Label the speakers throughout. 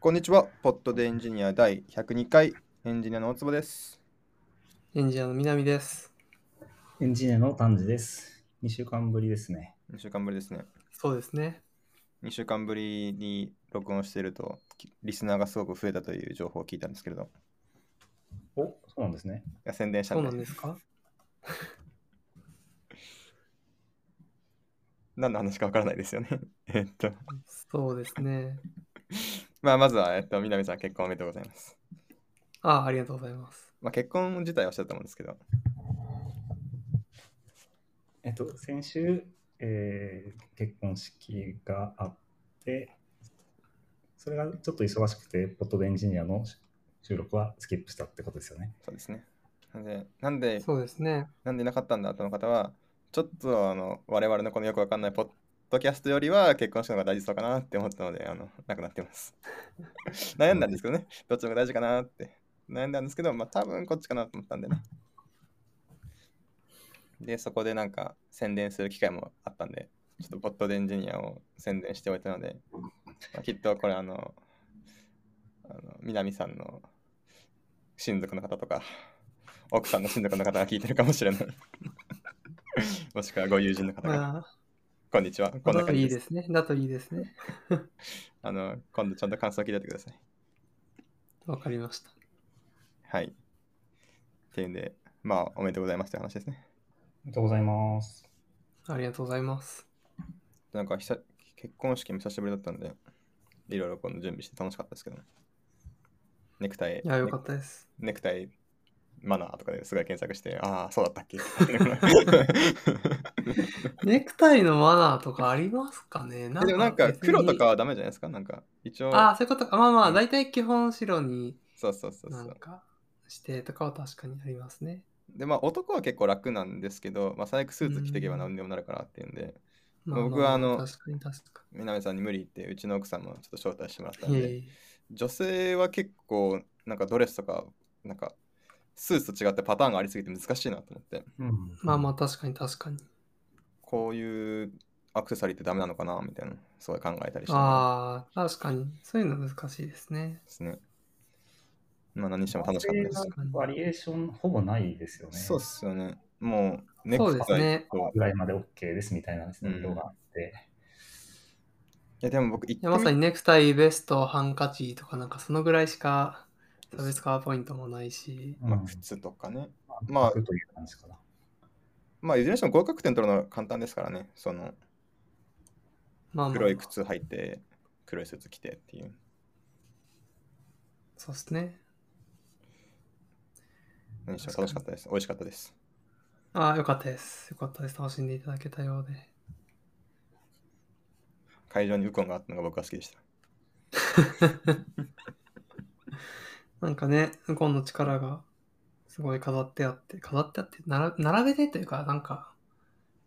Speaker 1: こんにちは、ポッドでエンジニア第102回、エンジニアの大坪です。
Speaker 2: エンジニアの南です。
Speaker 3: エンジニアの丹治です。2週間ぶりですね。
Speaker 1: 2週間ぶりですね。
Speaker 2: そうですね。
Speaker 1: 2週間ぶりに録音していると、きリスナーがすごく増えたという情報を聞いたんですけれど、い
Speaker 3: おそうなんですね。
Speaker 1: や宣伝した
Speaker 2: そ
Speaker 1: ん
Speaker 2: う
Speaker 1: で
Speaker 2: なんですか
Speaker 1: 何の話かわからないですよね。 えっと、
Speaker 2: そうですね。
Speaker 1: まあ、まずは、えっと、南さん、結婚おめでとうございます。
Speaker 2: あありがとうございます。
Speaker 1: まあ、結婚自体はおっしゃったと思うんですけど、
Speaker 3: えっと、先週、えー結婚式があって、それがちょっと忙しくて、ポッドでエンジニアの収録はスキップしたってことですよね。
Speaker 1: そうですね。なんで、なんで、
Speaker 2: そうですね。
Speaker 1: なんでなかったんだとの方は、ちょっとあの我々のこのよくわかんないポッドキャストよりは結婚式の方が大事そうかなって思ったので、あのなくなってます。 悩んだんですけどね、どっちも大事かなって悩んだんですけど、まあ多分こっちかなと思ったんでね。で、そこでなんか宣伝する機会もあったんで、ちょっとポッドでエンジニアを宣伝しておいたので、まあきっとこれあの、あの南さんの親族の方とか、奥さんの親族の方が聞いてるかもし れない。もしくはご友人の方が、
Speaker 2: まあ、
Speaker 1: こんにちは。こんな
Speaker 2: だと
Speaker 1: 感じ
Speaker 2: いい
Speaker 1: です。
Speaker 2: ですね。だといいですね。
Speaker 1: あの、今度ちゃんと感想を聞いておいてください。
Speaker 2: わかりました。
Speaker 1: はい。っていうんで、まあ、おめでとうございますという話ですね。
Speaker 3: ありがとうございます。
Speaker 2: ありがとうございます。
Speaker 1: なんか久、結婚式も久しぶりだったんで、いろいろこの準備して楽しかったですけどね。ネクタイ、
Speaker 2: いや、よか
Speaker 1: ネ
Speaker 2: ったです。
Speaker 1: ネクタイマナーとかですごい検索して、ああ、そうだったっけ
Speaker 2: ネクタイのマナーとかありますかね な
Speaker 1: でもなんか、
Speaker 2: 別に
Speaker 1: 黒とかはダメじゃないですか。なんか、一応、
Speaker 2: ああ、そういうことか。まあまあ、大体基本白に
Speaker 1: そうそうそうそ
Speaker 2: な。
Speaker 1: うん
Speaker 2: か指定とかは確かにありますね。
Speaker 1: で、まあ、男は結構楽なんですけど、まあ、最悪スーツ着ていけば何でもなるからっていうんで、
Speaker 2: まあまあ
Speaker 1: 僕はあの
Speaker 2: 確かに確か
Speaker 1: 南さんに無理言って、うちの奥さんもちょっと招待してもらったん
Speaker 2: に。いえ
Speaker 1: で、
Speaker 2: い
Speaker 1: 女性は結構、なんかドレスとか、なんか、スーツと違ってパターンがありすぎて難しいなと思って、
Speaker 3: うん
Speaker 2: えまあまあ、確かに確かに。
Speaker 1: こういうアクセサリーってダメなのかなみたいな、すごい考えたりしてま
Speaker 2: ああ、確かに。そういうの難しいですね。
Speaker 1: すね。まあ、何にしても楽しかったです。
Speaker 2: す
Speaker 3: バリエーションほぼないですよね。
Speaker 1: そうっすよね。もう、ネ
Speaker 2: そう
Speaker 1: ク
Speaker 2: です
Speaker 1: タイ
Speaker 2: ね。
Speaker 1: と、
Speaker 3: ぐらいまで OK ですみたいなですね
Speaker 1: うん
Speaker 3: 色があって。
Speaker 1: いや、でも僕、一
Speaker 2: いやまさ
Speaker 1: 回
Speaker 2: にネクタイ、ベスト、ハンカチとかなんかそのぐらいしか差別化ポイントもないし、
Speaker 3: うん
Speaker 1: まあ、靴とかね。まあ
Speaker 3: 楽という感じかな。
Speaker 1: まあ、いずれにしても合格点取るのは簡単ですからね。その、
Speaker 2: まあまあ、
Speaker 1: 黒い靴履いて、黒いスーツ着てっていう。
Speaker 2: そうですね。
Speaker 1: 何しても楽しかったです。美味しかったです。
Speaker 2: ああ、よかったです。よかったです。楽しんでいただけたようで。
Speaker 1: 会場にウコンがあったのが僕は好きでした。
Speaker 2: なんかね、ウコンの力がすごい飾ってあって、飾ってあって、なら並べてというか、なんか、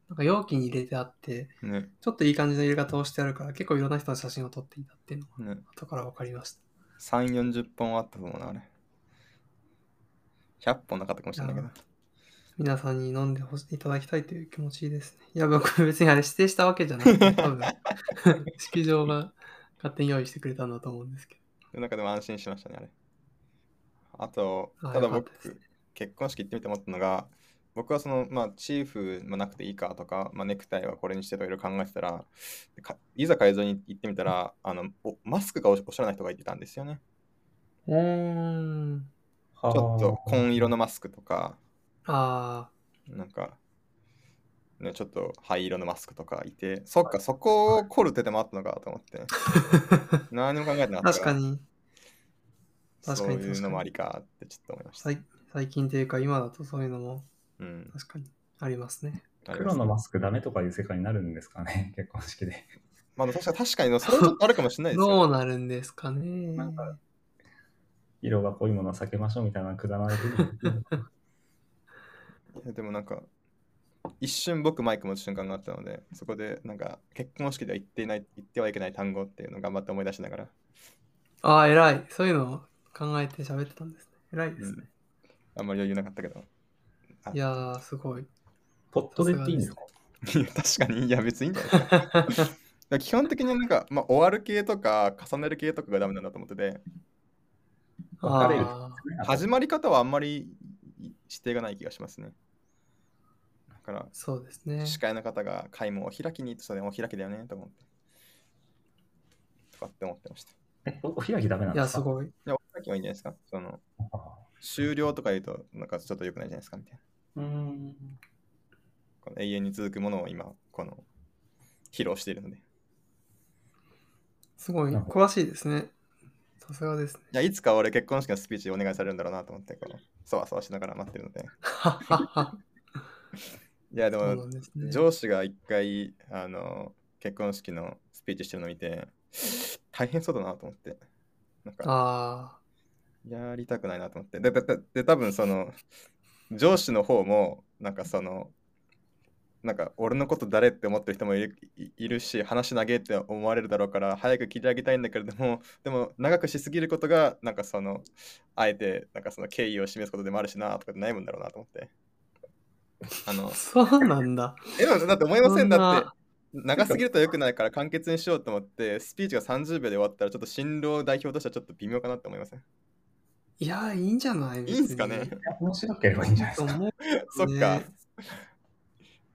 Speaker 2: なんか容器に入れてあって、
Speaker 1: ね。
Speaker 2: ちょっといい感じの入れ方をしてあるから、結構いろんな人の写真を撮っていたっていうのが
Speaker 1: ね
Speaker 2: 後から分かりました。
Speaker 1: 3、40本あったと思うな、あれ。100本なかったかもしれないけど。
Speaker 2: 皆さんに飲んでほしいただきたいという気持ちですね。いや、僕別にあれ指定したわけじゃなくて、多分式場が勝手に用意してくれたんだと思うんですけ
Speaker 1: なんかでも安心しましたね、あれ。あと、
Speaker 2: あ
Speaker 1: ただ
Speaker 2: よかっ
Speaker 1: 僕
Speaker 2: たですね、
Speaker 1: 結婚式行ってみて思ったのが、僕はその、まあ、チーフもなくていいかとか、まあ、ネクタイはこれにしてとかいろいろ考えてたら、かいざ会場に行ってみたら、あのおマスクがおおしゃれな人がいてたんですよね。
Speaker 2: ど。うーん。
Speaker 3: ちょ
Speaker 1: ちょっと紺色のマスクとか、
Speaker 2: あ
Speaker 1: なんか、ね、ちょっと灰色のマスクとかいて、そっか、そこを凝る手でもあったのかと思って、
Speaker 2: あ。
Speaker 1: 何も考えてなかった
Speaker 2: 確かに確かに
Speaker 1: そういうのもありかってちょっと思いました。
Speaker 2: 最、最近というか今だとそういうのも
Speaker 1: うん、
Speaker 2: 確かにありますね。
Speaker 1: ありま
Speaker 3: 黒
Speaker 1: す
Speaker 3: のマスクダメとかいう世界になるんですかね、結婚式で。
Speaker 1: まあ、確か確かに、それはちょっとあるかもしれ ないですよ。
Speaker 2: どうなるんですかね。
Speaker 3: なんか色が濃いものは避けましょうみたいなくだらないルー ル
Speaker 1: いやでもなんか、一瞬僕マイク持つ瞬間があったので、そこでなんか結婚式では言っていない、言ってはいけない単語っていうのを頑張って思い出しながら、
Speaker 2: ああ、偉い。そういうのを考えて喋ってたんですね。偉いですね。
Speaker 1: あんまり余裕なかったけど。うん
Speaker 2: いやー、すごい。
Speaker 3: ポットでっていいんですか
Speaker 1: いや確かに、いや別にいいんじゃないですか。で基本的になんか、まあ、終わる系とか重ねる系とかがダメなんだと思ってて、
Speaker 2: あ
Speaker 3: 分かれる
Speaker 2: あ
Speaker 1: 始まり方はあんまり指定がない気がしますね。だから、
Speaker 2: そうですね。
Speaker 1: 司会の方が開門を開きにとそれお開きだよねと思って。とかって思ってました。い
Speaker 3: えおお開きダメなん
Speaker 2: い
Speaker 3: で
Speaker 2: や、
Speaker 3: す
Speaker 2: す
Speaker 3: か
Speaker 2: ごい。
Speaker 1: や、お開きはいいんじゃないですか。その
Speaker 3: あ
Speaker 1: 終了とか言うと、なんかちょっと良くないじゃないですかみたいな。
Speaker 3: ーうーん。
Speaker 1: この永遠に続くものを今、この、披露しているので。い
Speaker 2: すごい。
Speaker 3: なるほ
Speaker 2: 詳しいですね。さすがですね。
Speaker 1: や、いつか俺結婚式のスピーチお願いされるんだろうなと思って、この、そわそわしながら待ってるので。
Speaker 2: はっはっは。
Speaker 1: い や、で
Speaker 2: そう
Speaker 1: も
Speaker 2: な、んですね。
Speaker 1: 上司が一回あの結婚式のスピーチしてるの見て大変そうだなと思ってなんか
Speaker 2: あ
Speaker 1: やりたくないなと思ってでででで多分その上司の方もなんかそのなんか俺のこと誰って思ってる人もいるいいるし話長えって思われるだろうから早く切り上げたいんだけれどもでも長くしすぎることがなんかそのあえてなんかその敬意を示すことでもあるしなとかって悩むんだろうなと思ってあの
Speaker 2: あ、そうなんだ。
Speaker 1: え、でもだって思いません
Speaker 2: そ
Speaker 1: だ
Speaker 2: な
Speaker 1: って。長すぎると良くないから簡潔にしようと思って、スピーチが30秒で終わったら、ちょっと新郎代表としてはちょっと微妙かなって思いません。
Speaker 2: いや、いいんじゃない
Speaker 1: いいんすかね
Speaker 2: 別に
Speaker 3: いや面白ければいいんじゃないですか。
Speaker 2: 思う
Speaker 1: そっか
Speaker 2: ね。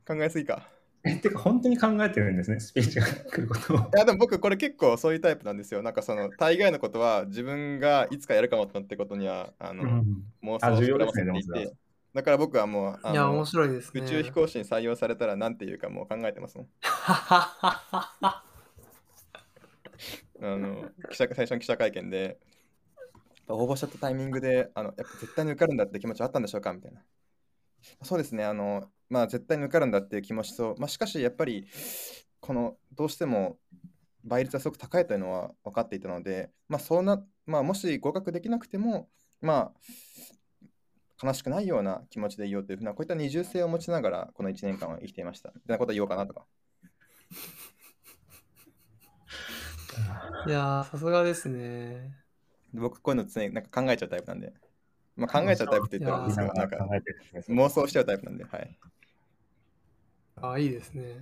Speaker 1: 考えすぎか。
Speaker 3: え、てか本当に考えてるんですね、スピーチが来ることを。
Speaker 1: いや、でも僕、これ結構そういうタイプなんですよ。なんかその、大概のことは自分がいつかやるかもってことには、あの、
Speaker 3: うん
Speaker 1: 妄
Speaker 3: あ
Speaker 1: 想を
Speaker 3: 重要
Speaker 1: 膨ら
Speaker 3: で
Speaker 1: ますせ
Speaker 3: ね
Speaker 1: てい
Speaker 3: で
Speaker 1: て
Speaker 3: もそれは、
Speaker 1: だから僕はもう、あ
Speaker 2: いや、
Speaker 1: の
Speaker 2: 面白いですね。
Speaker 1: 宇宙飛行士に採用されたらなんていうかもう考えてますもん。あの記者最初の記者会見で、やっぱ応募しちゃったタイミングで、あのやっぱ絶対に受かるんだって気持ちはあったんでしょうかみたいな。そうですね、あの、まあ、絶対に受かるんだっていう気持ちと、まあ、しかしやっぱり、このどうしても倍率はすごく高いというのは分かっていたので、まあ、そうなまあ、もし合格できなくても、まあ、悲しくないような気持ちでいようというふうな、こういった二重性を持ちながら、この1年間は生きていました。みたいなことを言おうかなとか。
Speaker 2: いや、さすがですね。
Speaker 1: で僕、こういうの常になんか考えちゃうタイプなんで、まあ、考えちゃうタイプって言ったらあれですけど、
Speaker 3: な
Speaker 1: なんん
Speaker 3: か
Speaker 1: か
Speaker 3: 考えてるんですねそれ
Speaker 1: 妄想しちゃうタイプなんで、はい。
Speaker 2: ああ、いいですね。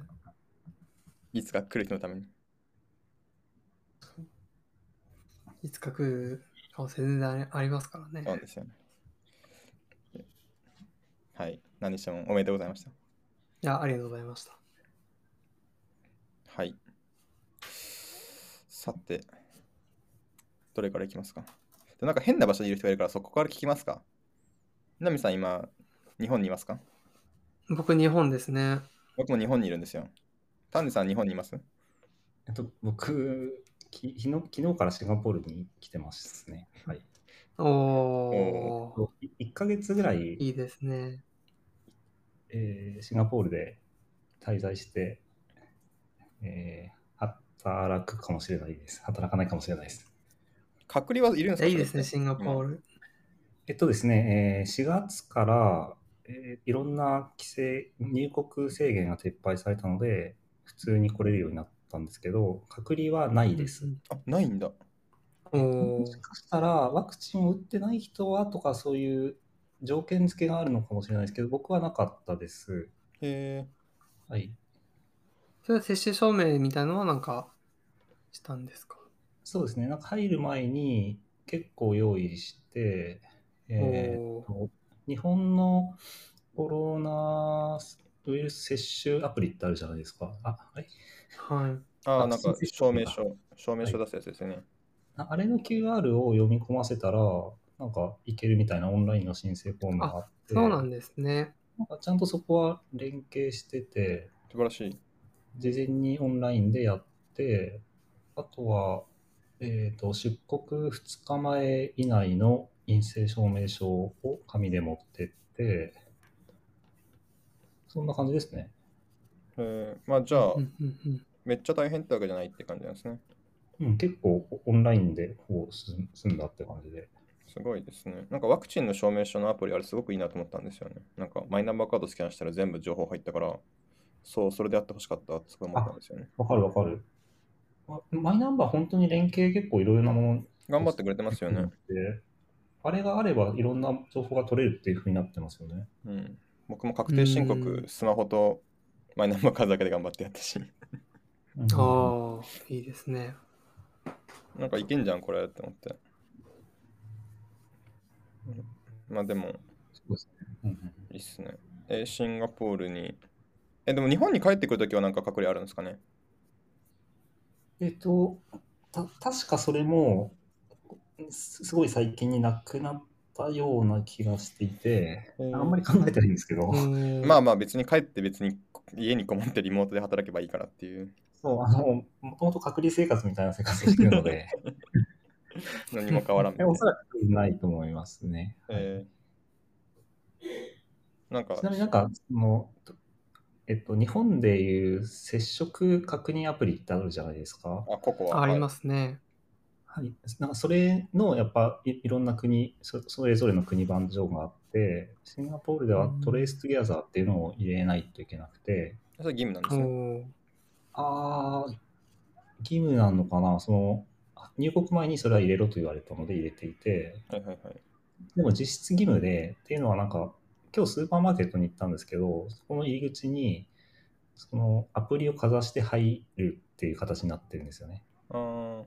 Speaker 1: いつか来る人のために。
Speaker 2: いつか来る可能性全然ありますから
Speaker 1: そう
Speaker 2: ね。
Speaker 1: ですよね。はい。何にしてもおめでとうございました。
Speaker 2: いや、ありがとうございました。
Speaker 1: はい。さて、どれからいきますかでなんか変な場所にいる人がいるから、そこから聞きますかなみさん、今、日本にいますか
Speaker 2: 僕、日本ですね。
Speaker 1: 僕も日本にいるんですよ。丹治さん、日本にいます
Speaker 3: えっと、僕き昨日、昨日からシンガポールに来てますね。はい。
Speaker 2: おお
Speaker 3: 1ヶ月ぐらい
Speaker 2: ー、いいですね。
Speaker 3: えーシンガポールで滞在して、えー働くかもしれないです。働かないかもしれないです。
Speaker 1: 隔離はいるんですか
Speaker 2: いやいいです
Speaker 1: それ
Speaker 2: ね、シンガポール。
Speaker 3: えっとですね、えー4月から、えーいろんな規制、入国制限が撤廃されたので、普通に来れるようになったんですけど、隔離はないです。
Speaker 2: うん
Speaker 1: あ、ないんだ。
Speaker 2: お
Speaker 3: も
Speaker 2: ー
Speaker 3: しかしたら、ワクチンを打ってない人はとか、そういう条件付けがあるのかもしれないですけど、僕はなかったです。
Speaker 1: へえ。
Speaker 3: はい。
Speaker 2: それは接種証明みたいのはなんかしたんですか
Speaker 3: そうですね、なんか入る前に結構用意して、えー
Speaker 2: おー
Speaker 3: と日本のコロナウイルス接種アプリってあるじゃないですか。あはい
Speaker 2: はい。
Speaker 1: ああ、な
Speaker 3: あ
Speaker 1: んか
Speaker 3: そうです
Speaker 1: 証明書、証明書出すやつですよね。
Speaker 3: ああれの QR を読み込ませたら、なんかいけるみたいなオンラインの申請フォームがあって、
Speaker 2: そうなんですね。
Speaker 3: なんかちゃんとそこは連携してて、
Speaker 1: 素晴らしい。
Speaker 3: 事前にオンラインでやって、あとは、えー、と出国2日前以内の陰性証明書を紙で持ってって、そんな感じですね。
Speaker 1: えー、まあじゃあ、
Speaker 2: うんうんうん
Speaker 1: めっちゃ大変ってわけじゃないって感じなんですね。
Speaker 3: うん、結構オンラインでほぼ済済んだって感じで。
Speaker 1: すごいですね。なんかワクチンの証明書のアプリ、あれすごくいいなと思ったんですよね。なんかマイナンバーカードスキャンしたら全部情報入ったから、そう、それでやってほしかったってすごい思ったんですよね。
Speaker 3: わかるわかる。あマイナンバー本当に連携結構いろいろなもの
Speaker 1: 頑張ってくれてますよね。
Speaker 3: で、あれがあればいろんな情報が取れるっていうふうになってますよね。
Speaker 1: うん。僕も確定申
Speaker 2: う
Speaker 1: 告
Speaker 2: ん、
Speaker 1: スマホとマイナンバーカードだけで頑張ってやったし。
Speaker 3: うん
Speaker 2: ああ、いいですね。
Speaker 1: なんかいけんじゃん、これって思って。うんまあでも、
Speaker 3: そうですねうんうん
Speaker 1: いいっすね。えーシンガポールに。え、でも日本に帰ってくるときはなんか隔離あるんですかね
Speaker 3: えっと、た確かそれもすすごい最近になくなったような気がしていて、
Speaker 1: うん
Speaker 3: あんまり考えてないんですけど、
Speaker 2: うん
Speaker 1: まあまあ別に帰って別に家にこもってリモートで働けばいいからっていう
Speaker 3: そうあのもともと隔離生活みたいな生活をしているので、
Speaker 1: 何も変わらんみたい
Speaker 3: おそ
Speaker 1: な。
Speaker 3: らくないと思いますね。
Speaker 1: えーなんか
Speaker 3: ちなみになんかその、えっと、日本でいう接触確認アプリってあるじゃないですか。
Speaker 1: あ、ここは。
Speaker 2: ああり
Speaker 1: す。
Speaker 2: ますね。
Speaker 3: はい、なんかそれのやっぱいいろんな国そ、それぞれの国版上があって、シンガポールでは
Speaker 2: うん
Speaker 3: トレーストゥギャザーっていうのを入れないといけなくて、
Speaker 1: それ義務なんで
Speaker 2: お
Speaker 1: すね。
Speaker 2: お
Speaker 3: ああ、義務なのかな、その入国前にそれは入れろと言われたので入れていて、
Speaker 1: はいはいはい。
Speaker 3: でも実質義務でっていうのはなんか今日スーパーマーケットに行ったんですけどそこの入り口にそのアプリをかざして入るっていう形になってるんですよね。
Speaker 1: あー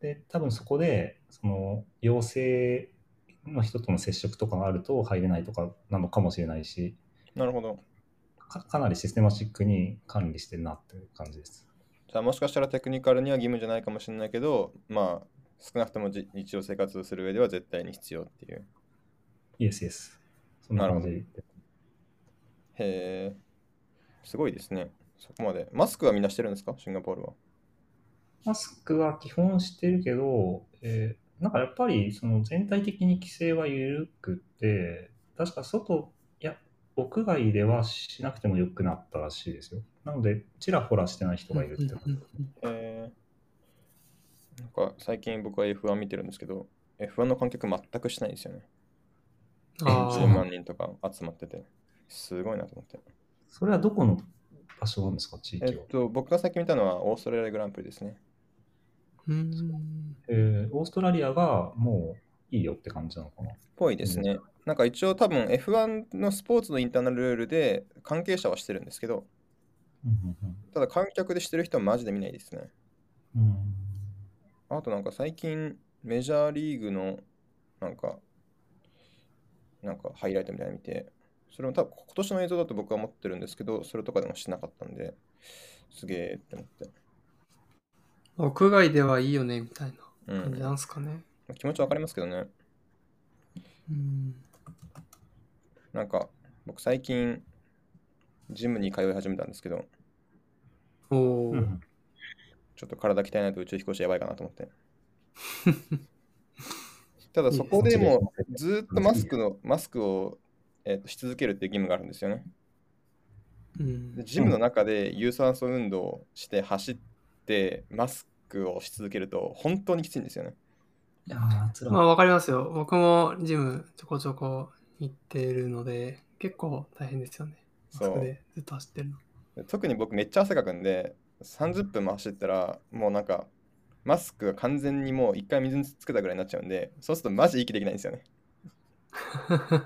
Speaker 3: で多分そこでその陽性の人との接触とかがあると入れないとかなのかもしれないし
Speaker 1: なるほど。
Speaker 3: かかなりシステマチックに管理してるなっていう感じです。
Speaker 1: じゃあもしかしたらテクニカルには義務じゃないかもしれないけど、まあ少なくともじ日常生活をする上では絶対に必要っていう。
Speaker 3: イエスイエス。そんな感じで。
Speaker 1: へえ、すごいですね。そこまで。マスクはみんなしてるんですかシンガポールは。
Speaker 3: マスクは基本してるけど、えーなんかやっぱりその全体的に規制は緩くて、確か外、いや、屋外ではしなくてもよくなったらしいですよ。なので、ちらほらしてない人がいるって感じ。
Speaker 1: えー、なんか最近僕は F1 見てるんですけど、F1 の観客全くしないんですよね。
Speaker 2: あ
Speaker 1: 10
Speaker 2: あ、
Speaker 1: 万人とか集まってて、すごいなと思って。
Speaker 3: それはどこの場所なんですか、地域
Speaker 1: え
Speaker 3: は。
Speaker 1: っと、僕が最近見たのはオーストラリアグランプリですね。
Speaker 2: うん。
Speaker 3: えーオーストラリアがもういいよって感じなのかな。
Speaker 1: ぽいですね。なんか一応多分 F1 のスポーツのインターナルルールで関係者はしてるんですけど、ただ観客でしてる人はマジで見ないですね。
Speaker 3: うんうん
Speaker 1: あとなんか最近メジャーリーグのなんか、なんかハイライトみたいなの見て、それも多分今年の映像だと僕は持ってるんですけど、それとかでもしてなかったんで、すげえって思って。
Speaker 2: 屋外ではいいよね、みたいな感じ
Speaker 1: う
Speaker 2: なんすかね。
Speaker 1: ん、気持ちわかりますけどね。
Speaker 2: うん。
Speaker 1: なんか僕最近ジムに通い始めたんですけど、
Speaker 2: お
Speaker 3: う
Speaker 2: お
Speaker 3: ん
Speaker 2: ー。
Speaker 3: うん
Speaker 1: ちょっと体鍛えないと宇宙飛行士やばいかなと思 って。ただそこでもずーっとマスクのマスクを、えーとし続けるっていう義務があるんですよね。
Speaker 2: うん
Speaker 1: で。ジムの中で有酸素運動をして走ってマスクをし続けると本当にきついんですよね。
Speaker 3: いやー、つらい
Speaker 2: まあ、わかりますよ。僕もジムちょこちょこ行ってるので、結構大変ですよね。あ
Speaker 1: そ
Speaker 2: そうこでずっと走ってるの。
Speaker 1: で特に僕めっちゃ汗かくんで30分も走ったらもうなんかマスクが完全にもう一回水につけたぐらいになっちゃうんでそうするとマジ息できないんですよね。
Speaker 2: 確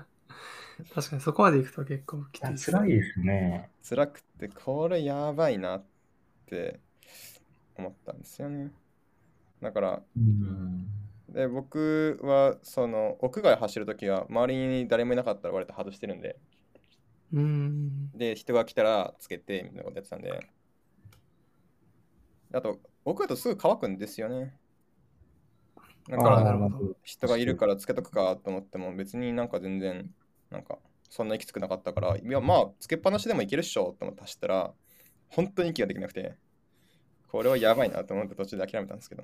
Speaker 2: かにそこまで行くと結構きつい
Speaker 3: や
Speaker 2: です。
Speaker 3: 辛いですね。
Speaker 1: 辛くてこれやばいなって思ったんですよね。だから
Speaker 3: うん
Speaker 1: で僕はその屋外走るときは周りに誰もいなかったら割と外してるんで
Speaker 2: うん。
Speaker 1: で人が来たらつけてみたいなことやってたんであと屋外だとすぐ乾くんですよね。だか
Speaker 2: あ
Speaker 1: ら
Speaker 2: ーなるほど
Speaker 1: 人がいるからつけとくかと思っても別になんか全然なんかそんな息つくなかったからいやまあつけっぱなしでもいけるっしょと思って走ったら本当に息ができなくてこれはやばいなと思って途中で諦めたんですけど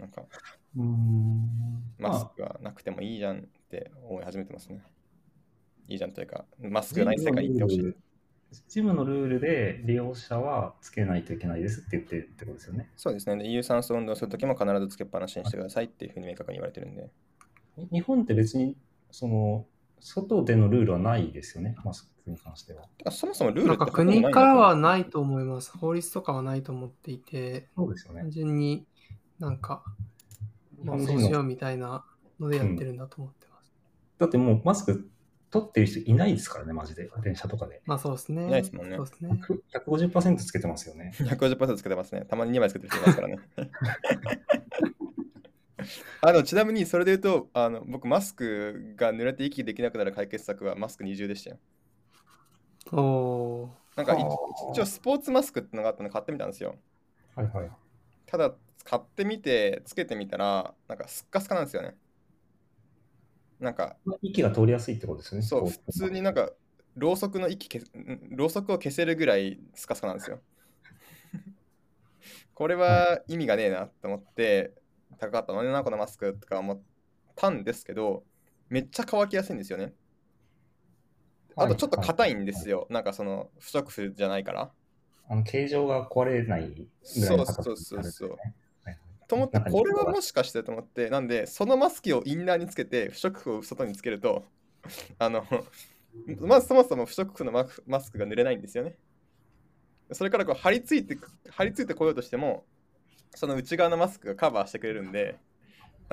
Speaker 1: なんか
Speaker 3: うん
Speaker 1: マス
Speaker 3: ま
Speaker 1: クはなくてもいいじゃんって思い始めてますねいいじゃんというかマスクがない世界行ってほしい
Speaker 3: ジムのルールで利用者はつけないといけないですって言ってるってことですよね。
Speaker 1: そうですねで有酸素運動するときも必ずつけっぱなしにしてくださいっていうふうに明確に言われてるんで
Speaker 3: に日本って別にその外でのルールはないですよね、マスクに関しては。
Speaker 1: てかそもそもルール
Speaker 2: な
Speaker 1: っ
Speaker 2: ん
Speaker 1: て
Speaker 2: か
Speaker 1: ほとんど
Speaker 2: 国からは
Speaker 1: ないんだと思う
Speaker 2: ないと思います。法律とかはないと思っていて、
Speaker 3: そうですよね
Speaker 2: 単。純になんか、
Speaker 3: 日
Speaker 2: まあ
Speaker 3: 本
Speaker 2: そ
Speaker 3: 人
Speaker 2: うしよ
Speaker 3: の
Speaker 2: うみたいなのでやってるんだと思ってます。
Speaker 3: だってもうマスク撮ってる人いないですからね、マジで。電車とかで。
Speaker 2: まあそうですね。
Speaker 1: ないですもんね
Speaker 2: そうですね。
Speaker 3: 150%つけてますよね。
Speaker 1: 150%つけてますね。たまに2枚つけてる人いますからね。 あのちなみにそれで言うとあの僕マスクが濡れて息できなくなる解決策はマスク二重でしたよ。
Speaker 2: おお
Speaker 1: なんかい一
Speaker 3: ちょ
Speaker 1: 応スポーツマスクってのがあったので買ってみたんですよ。
Speaker 3: はいはい。
Speaker 1: ただ買ってみてつけてみたらなんかすっかすかなんですよね。なんか
Speaker 3: まあ息が通りやすいってことですよね。
Speaker 1: そう
Speaker 3: こ
Speaker 1: 普通になんかろうそくの息消せんろうそくを消せるぐらいスカスカなんですよ。 これは意味がねえなと思って高かったのねなこのマスクとか思ったんですけどめっちゃ乾きやすいんですよね。あとちょっと硬いんです
Speaker 3: よ。
Speaker 1: よ。なんかその不織布じゃないから。
Speaker 3: あの形状が壊れないぐらいの硬さ
Speaker 1: そうそうそうそう
Speaker 3: になるんですよねはいはい
Speaker 1: と思って
Speaker 3: 中に
Speaker 1: これはもしかしてと思ってなんでそのマスクをインナーにつけて不織布を外につけると あのまずそもそも不織布のマクマスクが濡れないんですよねそれからこう張り付いて張り付いてこようとしてもその内側のマスクがカバーしてくれるんで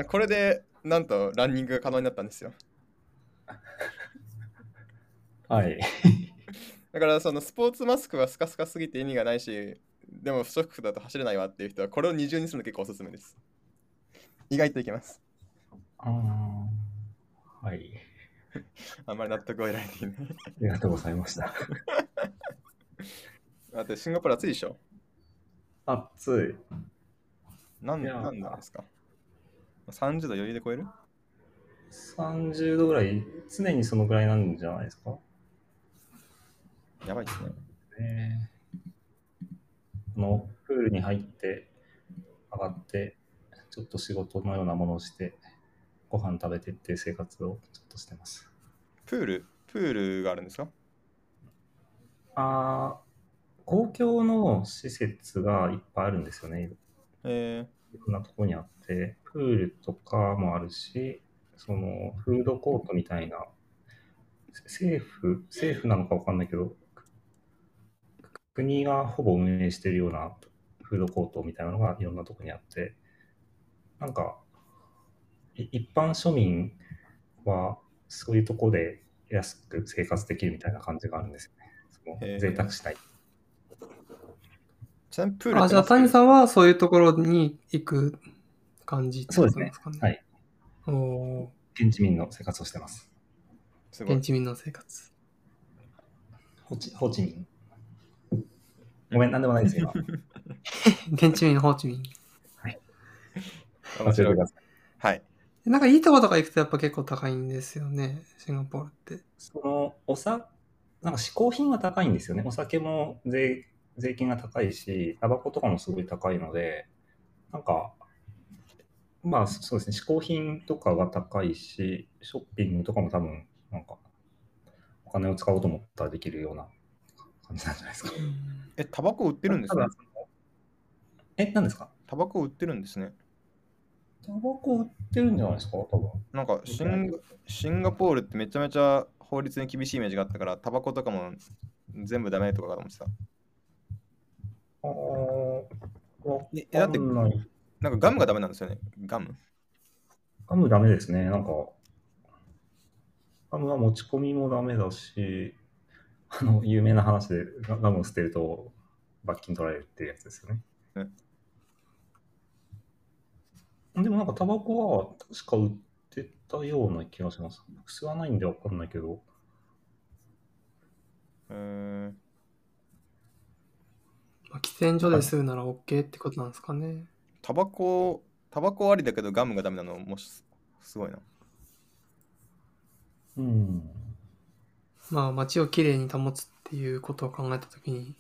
Speaker 1: これでなんとランニングが可能になったんですよ
Speaker 3: はい。
Speaker 1: だからそのスポーツマスクはスカスカすぎて意味がないしでも不織布だと走れないわっていう人はこれを二重にするの結構おすすめです意外といけます
Speaker 3: あーはい。
Speaker 1: あんまり納得を得られていない
Speaker 3: ありがとうございました。
Speaker 1: だってシンガポール暑いでしょ
Speaker 3: 暑い。
Speaker 1: なん
Speaker 3: いや
Speaker 1: なんなんですか ?30 度余裕で超える
Speaker 3: 30度ぐらい、常にそのぐらいなんじゃないですか。
Speaker 1: やばいですね。
Speaker 3: ねあのプールに入って上がってちょっと仕事のようなものをしてご飯食べてっていう生活をちょっとしてます
Speaker 1: プール、プールがあるんですか
Speaker 3: あー公共の施設がいっぱいあるんですよね
Speaker 1: え
Speaker 3: いろんなとこにあってプールとかもあるしそのフードコートみたいな政府政府なのかわかんないけど国がほぼ運営してるようなフードコートみたいなのがいろんなとこにあってなんかい一般庶民はそういうとこで安く生活できるみたいな感じがあるんですよねそ
Speaker 1: へ
Speaker 3: の
Speaker 1: ー
Speaker 3: 贅沢しない
Speaker 1: ー、ちなみにプール
Speaker 2: あ、じゃあ、
Speaker 1: マスク
Speaker 2: 谷さんはそういうところに行く感じってことなんかね。
Speaker 3: そうです
Speaker 2: おお
Speaker 3: 現地民の生活をしてます
Speaker 1: す
Speaker 2: ー
Speaker 1: ごい
Speaker 2: 現地民の生活。
Speaker 3: ホチホーチミンごめんなんでもないです 今
Speaker 2: 現地民、ホーチミン。
Speaker 1: 面白い
Speaker 3: 間違えてください
Speaker 1: はい。
Speaker 2: なんかいいとことか行くとやっぱ結構高いんですよね、シンガポールって。
Speaker 3: そのおさなんか嗜好品が高いんですよね。お酒も税税金が高いし、タバコとかもすごい高いので、なんか、まあそそうですね、嗜好品とかが高いし、ショッピングとかも多分、なんか、お金を使おうと思ったらできるような感じなんじゃないですか。
Speaker 2: うん
Speaker 1: え、タバコ売ってるんです
Speaker 3: た
Speaker 1: ね
Speaker 3: だ。そのえ、何ですか
Speaker 1: タバコ売ってるんですね。
Speaker 3: タバコ売ってるんじゃないですか多分。
Speaker 1: なんかシンガシンガポールってめちゃめちゃ法律に厳しいイメージがあったから、タバコとかも全部ダメとかかと思ってた。
Speaker 3: ああ、わ
Speaker 1: え、だって
Speaker 3: かんない
Speaker 1: なんかガムがダメなんですよね。ガム。
Speaker 3: ガムダメですね。なんか、ガムは持ち込みもダメだし、あの、有名な話でガガムを捨てると罰金取られるっていうやつですよね。でもなんかタバコは確か売ってたような気がします。僕吸わないんでわかんないけど。
Speaker 1: えー、
Speaker 2: まあ、喫煙所で吸うなら OK ってことなんですかね。
Speaker 1: タバコ、タバコありだけどガムがダメなのもしすごいな。
Speaker 3: うん。
Speaker 2: まあ、街をきれいに保つっていうことを考えたときに、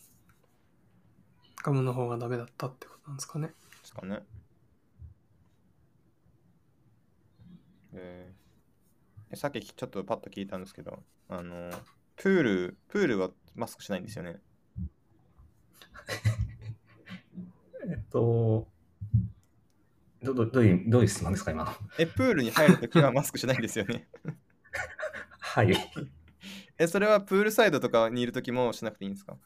Speaker 2: ガムの方がダメだったってことなんですかね。
Speaker 1: ですかね。えーえさっききちょっとパッと聞いたんですけど、あの、プール、プールはマスクしないんですよね。
Speaker 3: えっと、どどどういうどういう質問ですか、今の。
Speaker 1: え、プールに入るときはマスクしないんですよね。
Speaker 3: はい。
Speaker 1: え、それはプールサイドとかにいるときもしなくていいんですか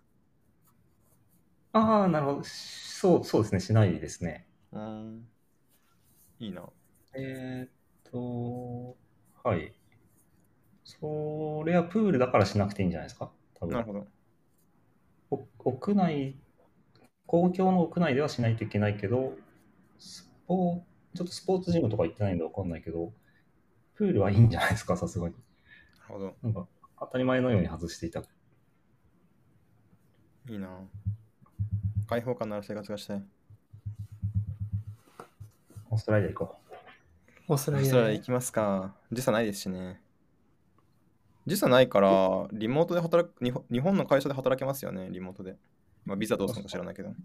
Speaker 3: ああ、なるほど。そう、そうですね。しないですね。
Speaker 1: うーん。いいな。
Speaker 3: えーっと、はい。それはプールだからしなくていいんじゃないですか多
Speaker 1: なる
Speaker 3: 分
Speaker 1: ほど。
Speaker 3: お屋内、公共の屋内ではしないといけないけど、スポーちょっとスポーツジムとか行ってないんでわかんないけど、プールはいいんじゃないですか、さすがに。
Speaker 1: なるほど。
Speaker 3: なんか当たり前のように外していた。
Speaker 1: いいな開放感のある生活がしたい。
Speaker 3: オーストラリア行こ
Speaker 2: オースト
Speaker 1: オ
Speaker 2: ラ
Speaker 1: ー
Speaker 2: リ
Speaker 1: ス
Speaker 2: ア
Speaker 1: トラリア
Speaker 2: で
Speaker 1: 行きますか。時差ないですしね。時差ないから、リモートで働く日本、日本の会社で働けますよね、リモートで。まあ、ビザどうするのか知らないけど。
Speaker 3: う。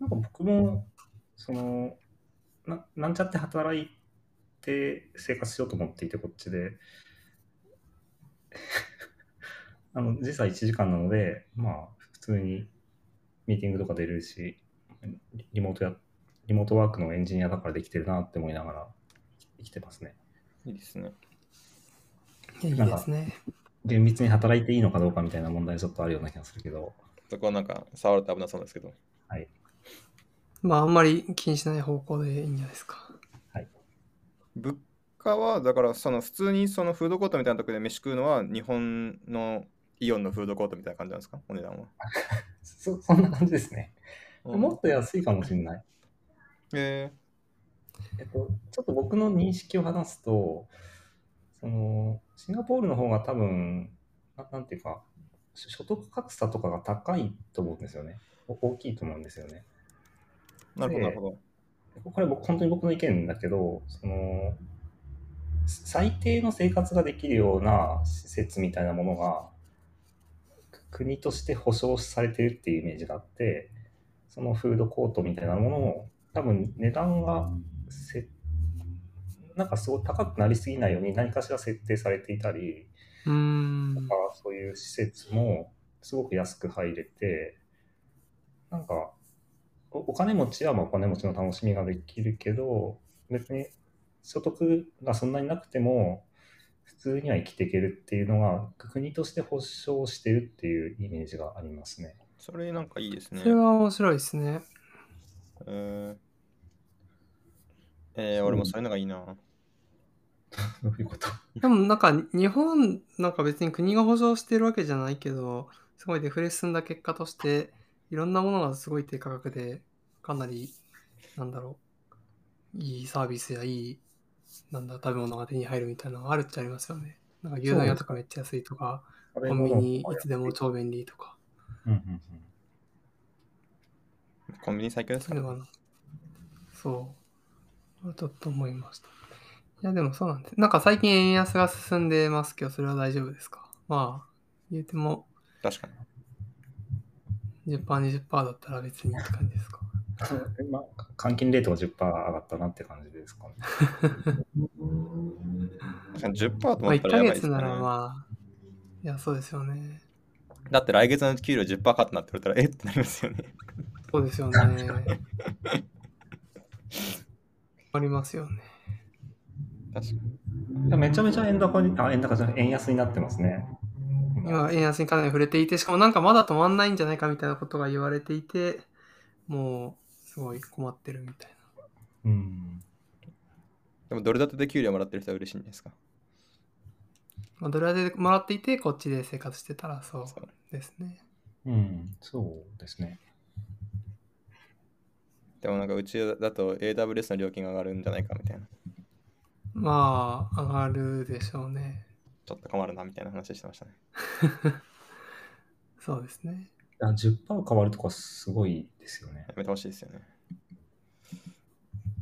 Speaker 3: なんか僕も、そのな、なんちゃって働いて生活しようと思っていて、こっちで。 あの時差1時間なので、まあ、普通にミーティングとか出るし、リリモートや、リモートワークのエンジニアだからできてるなって思いながら生きてますね。
Speaker 1: いいですね。
Speaker 2: いいですね。
Speaker 3: 厳密に働いていいのかどうかみたいな問題ちょっとあるような気がするけど、
Speaker 1: そこはなんか、触ると危なそうですけど。
Speaker 2: まあ、あんまり気にしない方向でいいんじゃないですか。
Speaker 1: 物価は、だから、その普通にそのフードコートみたいなところで飯食うのは、日本のイオンのフードコートみたいな感じなんですかお値段は。
Speaker 3: そそんな感じですね。
Speaker 1: うん
Speaker 3: もっと安いかもしれない。
Speaker 1: え
Speaker 3: えっと、ちょっと僕の認識を話すと、そのシンガポールの方が多分、ななんていうか、所所得格差とかが高いと思うんですよね。お大きいと思うんですよね。
Speaker 1: ー、なるほ
Speaker 3: で
Speaker 1: ど、なるほど。
Speaker 3: これ僕、本当に僕の意見だけど、その、最低の生活ができるような施設みたいなものが、く国として保障されてるっていうイメージがあって、そのフードコートみたいなものも、多分値段がせ、なんかすごい高くなりすぎないように何かしら設定されていたり、
Speaker 2: うーん。
Speaker 3: まあそういう施設もすごく安く入れて、なんか、おお金持ちはまあお金持ちの楽しみができるけど、別に所得がそんなになくても、普通には生きていけるっていうのが、国として保障してるっていうイメージがありますね。
Speaker 1: それなんかいいですね
Speaker 2: そ。れは面白いですね。
Speaker 1: えーえー俺もそういうのがいいな。
Speaker 3: どういうこと
Speaker 2: でもなんか日本なんか別に国が保障してるわけじゃないけどすごいデフレ進んだ結果としていろんなものがすごい低価格でかなりなんだろういいサービスやいいなんだ食べ物が手に入るみたいなのがあるっちゃありますよね。なんか牛丼屋とかめっちゃ安いとかコンビニいつでも超便利とか
Speaker 3: うんうんうん
Speaker 1: コンビニ最強です
Speaker 2: そ
Speaker 1: か
Speaker 2: うい
Speaker 1: ら
Speaker 2: うのがなそうちょっと思いました。いやでもそうなんです。なんか最近円安が進んでますけどそれは大丈夫ですかまあ言うても
Speaker 1: 確かに。
Speaker 2: 10%、20%だったら別にって感じですか。
Speaker 3: まあ、換金レートが10%上がったなって感じですかね。
Speaker 1: 確かに10%と
Speaker 2: まあ
Speaker 1: 思っ
Speaker 2: 1
Speaker 1: た
Speaker 2: ヶ
Speaker 1: らやばいで
Speaker 2: 月
Speaker 1: すね
Speaker 2: ならまあ、いや、そうですよね。
Speaker 1: だって来月の給料10%カットになってくれたら、えってなりますよね。
Speaker 2: そうです よね。ありますよね。
Speaker 1: 確かに。
Speaker 3: めちゃめちゃ円高に、あ、円高じゃない、円安になってますね。
Speaker 2: 今、円安にかなり触れていて、しかもなんかまだ止まんないんじゃないかみたいなことが言われていて、もう、すごい困ってるみたいな。
Speaker 3: うん。
Speaker 1: でも、ドル建てで給料もらってる人は嬉しいんじゃないですか。
Speaker 2: まあ、ドル建てでもらっていて、こっちで生活してたらそう
Speaker 1: そう
Speaker 2: ですね。
Speaker 3: うん、そうですね。
Speaker 1: でも、なんかうちだと AWS の料金が上がるんじゃないかみたいな。
Speaker 2: まあ、上がるでしょうね。
Speaker 1: ちょっと困るなみたいな話してましたね。
Speaker 2: そうですね。
Speaker 3: あ10%変わるとかすごいですよね
Speaker 1: や。めてほしいですよね。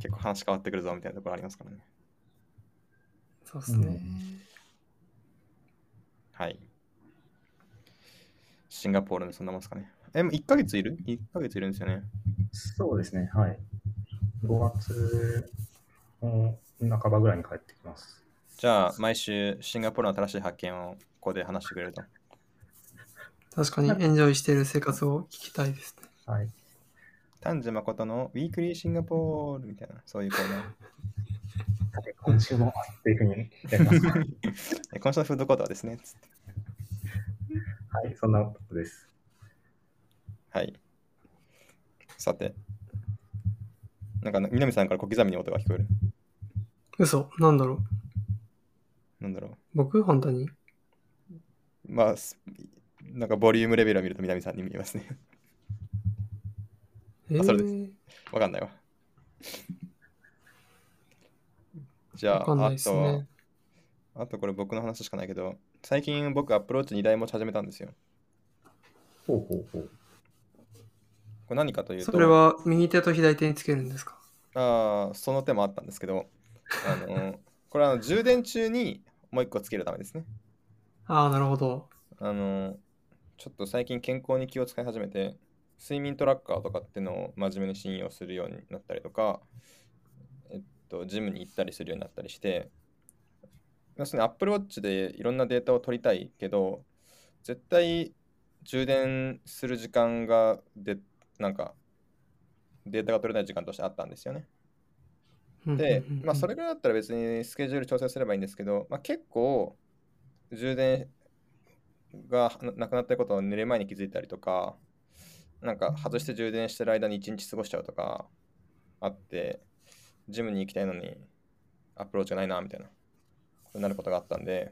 Speaker 1: 結構話変わってくるぞみたいなところありますからね。
Speaker 2: そうですね。
Speaker 1: はい。シンガポールのそんなもんですかね。え、もう1ヶ月いる ?1 ヶ月いるんですよね。
Speaker 3: そうですね、はい。5月の半ばぐらいに帰ってきます。
Speaker 1: じゃあ、毎週シンガポールの新しい発見をここで話してくれると。
Speaker 2: 確かにエンジョイしてる生活を聞きたいですね。
Speaker 3: はい。
Speaker 1: 丹治誠のウィークリーシンガポールみたいな、そういうコーナ ー。
Speaker 3: さて、今週もっていうふうにやります。 は
Speaker 1: え今週のフードコートはですね、つって
Speaker 3: い、そんなことです。
Speaker 1: はい。さて、なんか、南さんから小刻みに音が聞こえる。
Speaker 2: 嘘、なんだろう。
Speaker 1: なんだろう。
Speaker 2: 僕本当に
Speaker 1: まあ、すなんかボリュームレベルを見ると南さんに見えますね。
Speaker 2: え
Speaker 1: あそれです
Speaker 2: ー、
Speaker 1: わかんないわ。じゃ
Speaker 2: わかん
Speaker 1: あ、
Speaker 2: ない
Speaker 1: あ
Speaker 2: です
Speaker 1: とは
Speaker 2: ね。、
Speaker 1: あとこれ僕の話しかないけど、最近僕アプローチ2台持ち始めたんですよ。
Speaker 3: ほうほうほう。
Speaker 1: これ何かというと、
Speaker 2: それは右手と左手につけるんですか
Speaker 1: あーその手もあったんですけど、あのこれはあの充電中にもう一個つけるためですね。
Speaker 2: ああ、なるほど。
Speaker 1: あのちょっと最近健康に気を使い始めて睡眠トラッカーとかってのを真面目に信用するようになったりとか、えっと、ジムに行ったりするようになったりして要するに Apple Watch でいろんなデータを取りたいけど絶対充電する時間がでなんかデータが取れない時間としてあったんですよね。で、まあ、それ
Speaker 2: が。
Speaker 1: ぐらいだったら別にスケジュール調整すればいいんですけど、まあ、結構充電がななくなってることを寝る前に気づいたりとか、なんか外して充電してる間に1日過ごしちゃうとかあって、ジムに行きたいのにアプローチがないなみたいな、ことになることがあったんで、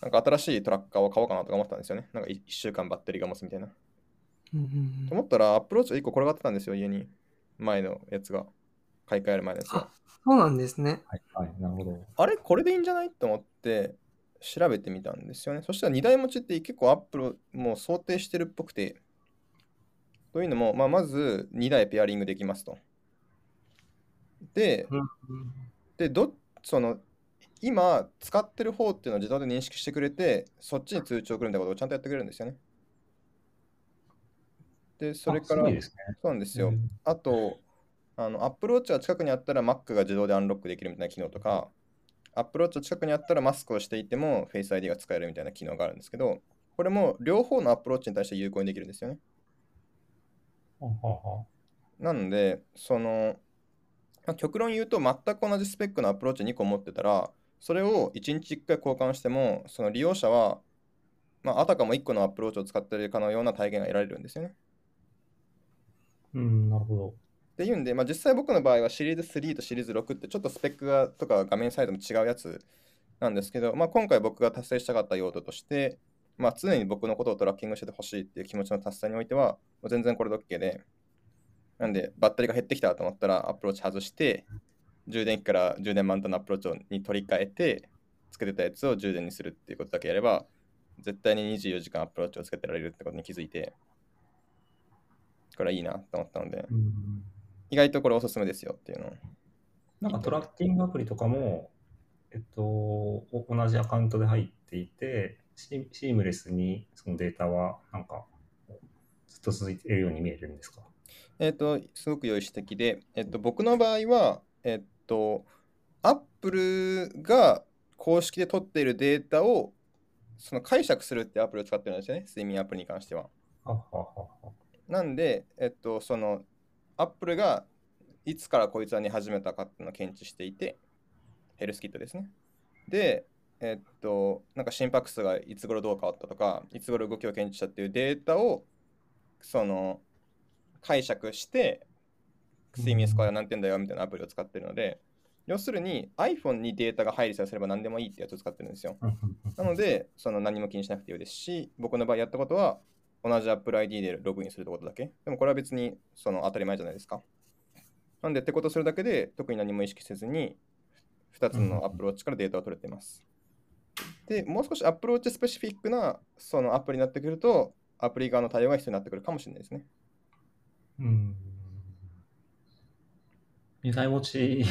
Speaker 1: なんか新しいトラッカーを買おうかなとか思ってたんですよね。なんか1週間バッテリーが持つみたいな。
Speaker 2: うんうん
Speaker 1: と
Speaker 2: うん
Speaker 1: 思ったらアプローチが1個転がってたんですよ、家に。前のやつが。買い替える前のやつが。
Speaker 2: そうなんですね。
Speaker 3: はい、はい、なるほど。
Speaker 1: あれこれでいいんじゃないと思って調べてみたんですよね。そしたら2台持ちって結構アップルもう想定してるっぽくて。というのも、まあ、まず2台ペアリングできますと。で、でどその今使ってる方っていうのを自動で認識してくれて、そっちに通知を送るみたいなことをちゃんとやってくれるんですよね。で、それから、そ
Speaker 3: あすご
Speaker 1: う
Speaker 3: いですね。
Speaker 1: なんですよ。
Speaker 3: うん
Speaker 1: あと、あの、Apple Watch は近くにあったら Mac が自動でアンロックできるみたいな機能とか、Apple Watch は近くにあったらマスクをしていても Face ID が使えるみたいな機能があるんですけど、これも両方の Apple Watch に対して有効にできるんですよね。
Speaker 3: はあはあはあ
Speaker 1: なので、その、まあ極論言うと全く同じスペックの Apple Watch 2個持ってたら、それを1日1回交換しても、その利用者は、まあ、あたかも1個の Apple Watch を使ってるかのような体験が得られるんですよね。
Speaker 3: うん、なるほど。
Speaker 1: っていうんで、まあ、実際僕の場合はシリーズ3とシリーズ6ってちょっとスペックがとか画面サイズも違うやつなんですけど、まあ、今回僕が達成したかった用途として、まあ、常に僕のことをトラッキングしててほしいっていう気持ちの達成においては、もう全然これで OK で、なんでバッテリーが減ってきたと思ったらアプローチ外して、充電器から充電満タンのアプローチに取り替えて、つけてたやつを充電にするっていうことだけやれば、絶対に24時間アプローチをつけてられるってことに気づいて、これはいいなと思ったので。
Speaker 3: うん
Speaker 1: 意外とこれおすすめですよっていうのを。
Speaker 3: なんかトラッキングアプリとかも、えっと、お同じアカウントで入っていて、シシームレスにそのデータは、なんか、ずっと続いているように見えるんですか
Speaker 1: えっ、と、すごく良い指摘で、えっ、と、僕の場合は、えっ、と、Apple が公式で取っているデータをその解釈するってアプリを使ってるんですよね、睡眠アプリに関しては。
Speaker 3: はあはあはあはあ
Speaker 1: なんで、えっと、その、アップルがいつからこいつらに始めたかっていうのを検知していて、ヘルスキットですね。で、えっと、なんか心拍数がいつ頃どう変わったとか、いつ頃動きを検知したっていうデータを、その、解釈して、睡眠スコアが何点だよみたいなアプリを使ってるので、要するに iPhone にデータが入りさえすれば何でもいいってやつを使ってるんですよ。
Speaker 3: うんうんうん
Speaker 1: なので、その何も気にしなくていいですし、僕の場合やったことは、同じ Apple ID でログインするってことだけ。でもこれは別にその当たり前じゃないですか。なんで、ってことするだけで、特に何も意識せずに、2つの Apple Watch からデータを取れています。で、もう少し Apple Watch スペシフィックなそのアプリになってくると、アプリ側の対応が必要になってくるかもしれないですね。
Speaker 3: うん。2台持ち、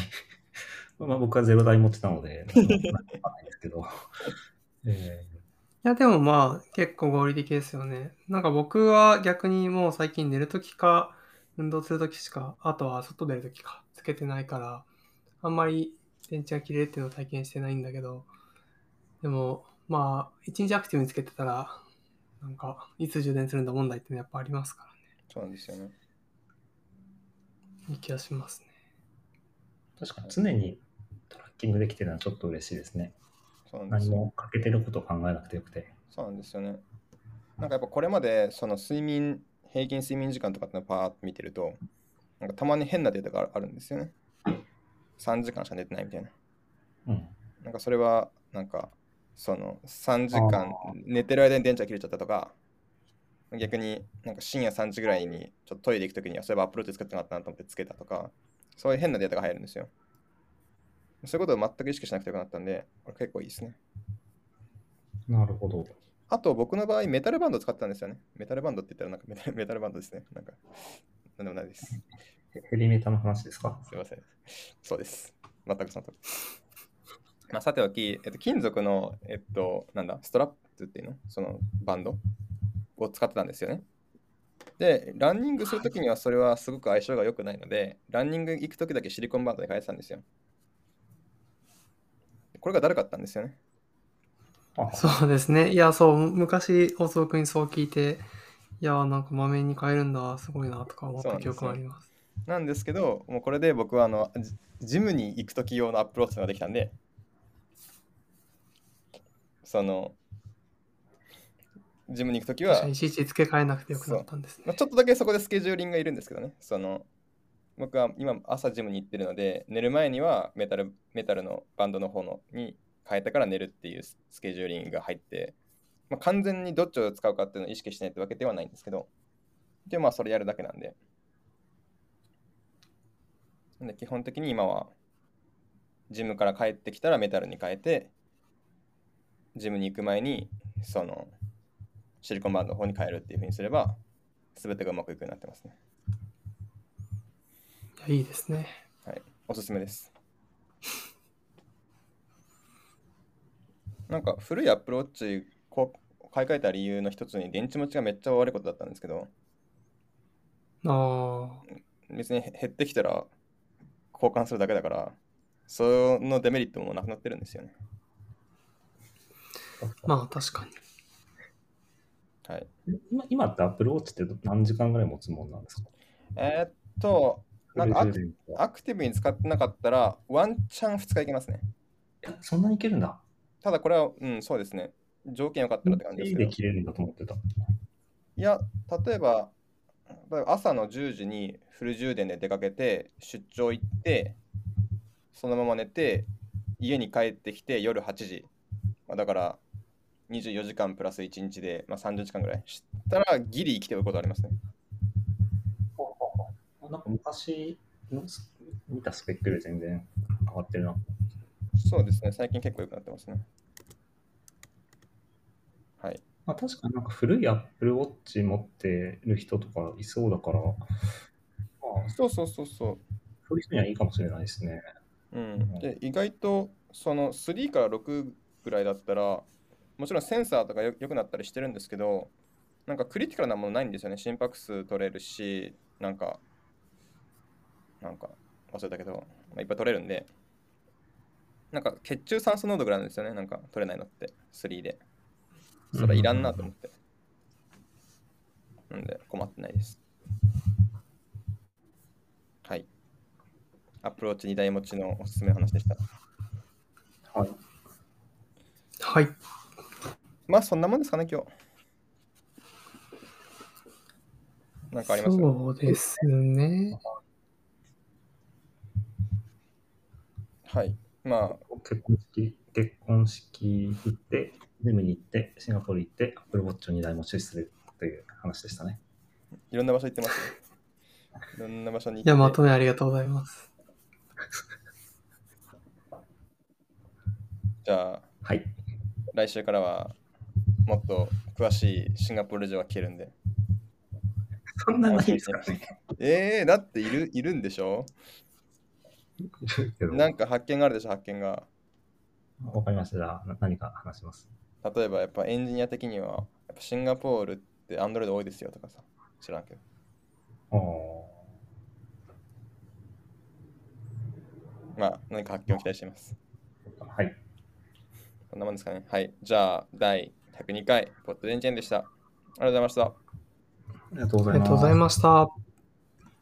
Speaker 3: まあ僕は0台持ってたので、なんかわかんないですけど。え
Speaker 2: いや、でもまあ、結構合理的ですよね。なんか僕は逆にもう最近寝るときか、運動するときしか、あとは外出るときか、つけてないから、あんまり電池が切れるっていうのを体験してないんだけど、でも、まあ、一日アクティブにつけてたら、なんか、いつ充電するんだ問題っていうのはやっぱありますか
Speaker 1: そうなんですよね。
Speaker 2: ら、いい気がしますね。
Speaker 3: ー確かに常にトラッキングできてるのはちょっと嬉しいですね。
Speaker 1: そうなんで
Speaker 3: 何
Speaker 1: すよ。
Speaker 3: も欠けてることを考えなくてよくて。
Speaker 1: そうなんですよね。なんかやっぱこれまでその睡眠平均睡眠時間とかってのをパーッと見てるとなんかたまに変なデータがあるあるんですよね。3時間しか寝てないみたいな。
Speaker 3: うん。
Speaker 1: なんかそれはなんかその3時間寝てる間に電池が切れちゃったとか逆になんか深夜3時ぐらいにちょっとトイレ行くときにはそういえばアップローチ作ってなかったなと思ってつけたとかそういう変なデータが入るんですよそういうことを全く意識しなくてよくなったんでこれ結構いいですね
Speaker 3: なるほど。
Speaker 1: あと僕の場合メタルバンド使ってたんですよねメタルバンドって言ったらなんかメタルメタルバンドですねなんかなんでもないです
Speaker 3: ヘリメタの話ですか
Speaker 1: すいません。そうです。全くその通り。まあ、さておき、えっと、金属の、えっと、なんだ、ストラップっていうのそのバンドを使ってたんですよね。で、ランニングするときにはそれはすごく相性が良くないので、ランニング行くときだけシリコンバンドに変えてたんですよ。これがだるかったんですよね。
Speaker 3: あ
Speaker 2: そうですね。いや、そう、む昔、大沢君にそう聞いて、いや、なんかまめに変えるんだ、すごいな、とか思っ
Speaker 1: そうな
Speaker 2: た
Speaker 1: んです
Speaker 2: 記
Speaker 1: よ
Speaker 2: 憶があります。
Speaker 1: なんですけど、もうこれで僕はあのジジムに行くとき用のアップローチができたんで、その、ジムに行くとき
Speaker 2: 確
Speaker 1: は
Speaker 2: かに、いちいち付け替えなくてよくなったんです
Speaker 1: まあ、
Speaker 2: ね。
Speaker 1: ちょっとだけそこでスケジューリングがいるんですけどね、その僕は今朝ジムに行ってるので、寝る前にはメタルメタルのバンドの方のに変えてから寝るっていうススケジューリングが入って、まあ、完全にどっちを使うかっていうのを意識しないってわけではないんですけど、でまあそれやるだけなんで。なんで基本的に今はジムから帰ってきたらメタルに変えて、ジムに行く前にそのシリコンバンドの方に変えるっていうふうにすれば、すべてがうまくいくようになってますね。
Speaker 2: いやいいですね。
Speaker 1: はい。おすすめです。 なんか古いアップローチこう買い替えた理由の一つに電池持ちがめっちゃ悪いことだったんですけど、
Speaker 2: ああ、
Speaker 1: 別にへ減ってきたら交換するだけだから、そのデメリットもなくなってるんですよね。
Speaker 2: まあ確かに。
Speaker 1: はい。
Speaker 3: 今今ってアップルウォッチって何時間ぐらい持つもんなんですか
Speaker 1: えーっと、なんかア
Speaker 3: フル
Speaker 1: ク
Speaker 3: 充電は
Speaker 1: アクティブに使ってなかったら、ワンチャン2日いけますね。
Speaker 3: えそんなにいけるんだ。
Speaker 1: ただこれは、うん、そうですね。条件良かったらって感じです
Speaker 3: いい
Speaker 1: け
Speaker 3: で
Speaker 1: ど。
Speaker 3: 切れるんだと思ってた。
Speaker 1: いや、例えば、例えば朝の10時にフル充電で出かけて、出張行って、そのまま寝て、家に帰ってきて夜8時、まあ、だから24時間プラス1日で、まあ、30時間ぐらいしたらギリ生きておくことありますね。
Speaker 3: なんか昔のス見たスペックで全然上がってるな。
Speaker 1: そうですね、最近結構良くなってますね。はい。
Speaker 3: まあ、確かになんか古いアップルウォッチ持ってる人とかいそうだから、まあ、
Speaker 1: そうそうそうそう。
Speaker 3: そういう人にはいいかもしれないですね。
Speaker 1: うん、で意外とその3から6ぐらいだったらもちろんセンサーとかよ良くなったりしてるんですけどなんかクリティカルなものないんですよね心拍数取れるしなんかなんか忘れたけど、まあ、いっぱい取れるんでなんか血中酸素濃度ぐらいなんですよねなんか取れないのって3でそれいらんなと思ってなんで困ってないですはいアプローチ2台持ちのおすすめの話でした
Speaker 3: はい。
Speaker 2: はい。
Speaker 1: まあそんなもんですかね、今日。なんかあります
Speaker 2: そうですね。
Speaker 1: はい。ま
Speaker 3: 結婚式、結婚式行って、ジムに行って、シンガポール行って、アップルウォッチを2台持ちするという話でしたね。
Speaker 1: あ、いろんな場所行ってます よ。いろんな場所に行っ
Speaker 2: い
Speaker 1: て。
Speaker 2: や、まとめありがとうございます。
Speaker 1: じゃあ、
Speaker 3: はい。
Speaker 1: 来週からは、もっと詳しいシンガポール城が聞けるんで。
Speaker 3: そんなないですからね。
Speaker 1: えー、だっているいるんでしょ
Speaker 3: けど
Speaker 1: なんか発見があるでしょ、発見が。
Speaker 3: わかりました。じゃあ、な何か話します。
Speaker 1: 例えば、やっぱエンジニア的には、やっぱシンガポールってアンドロイド多いですよとかさ、知らんけど。
Speaker 3: あー
Speaker 1: まあ、何か発見を期待しています。
Speaker 3: はい。
Speaker 1: そんなもんですかね。はい。じゃあ、第102回、ポッドデンチェンでした。ありがとうございました。
Speaker 3: ありがとうご
Speaker 2: あ
Speaker 3: ざい
Speaker 2: り
Speaker 3: ま
Speaker 2: がと
Speaker 3: す
Speaker 2: うござい。ました。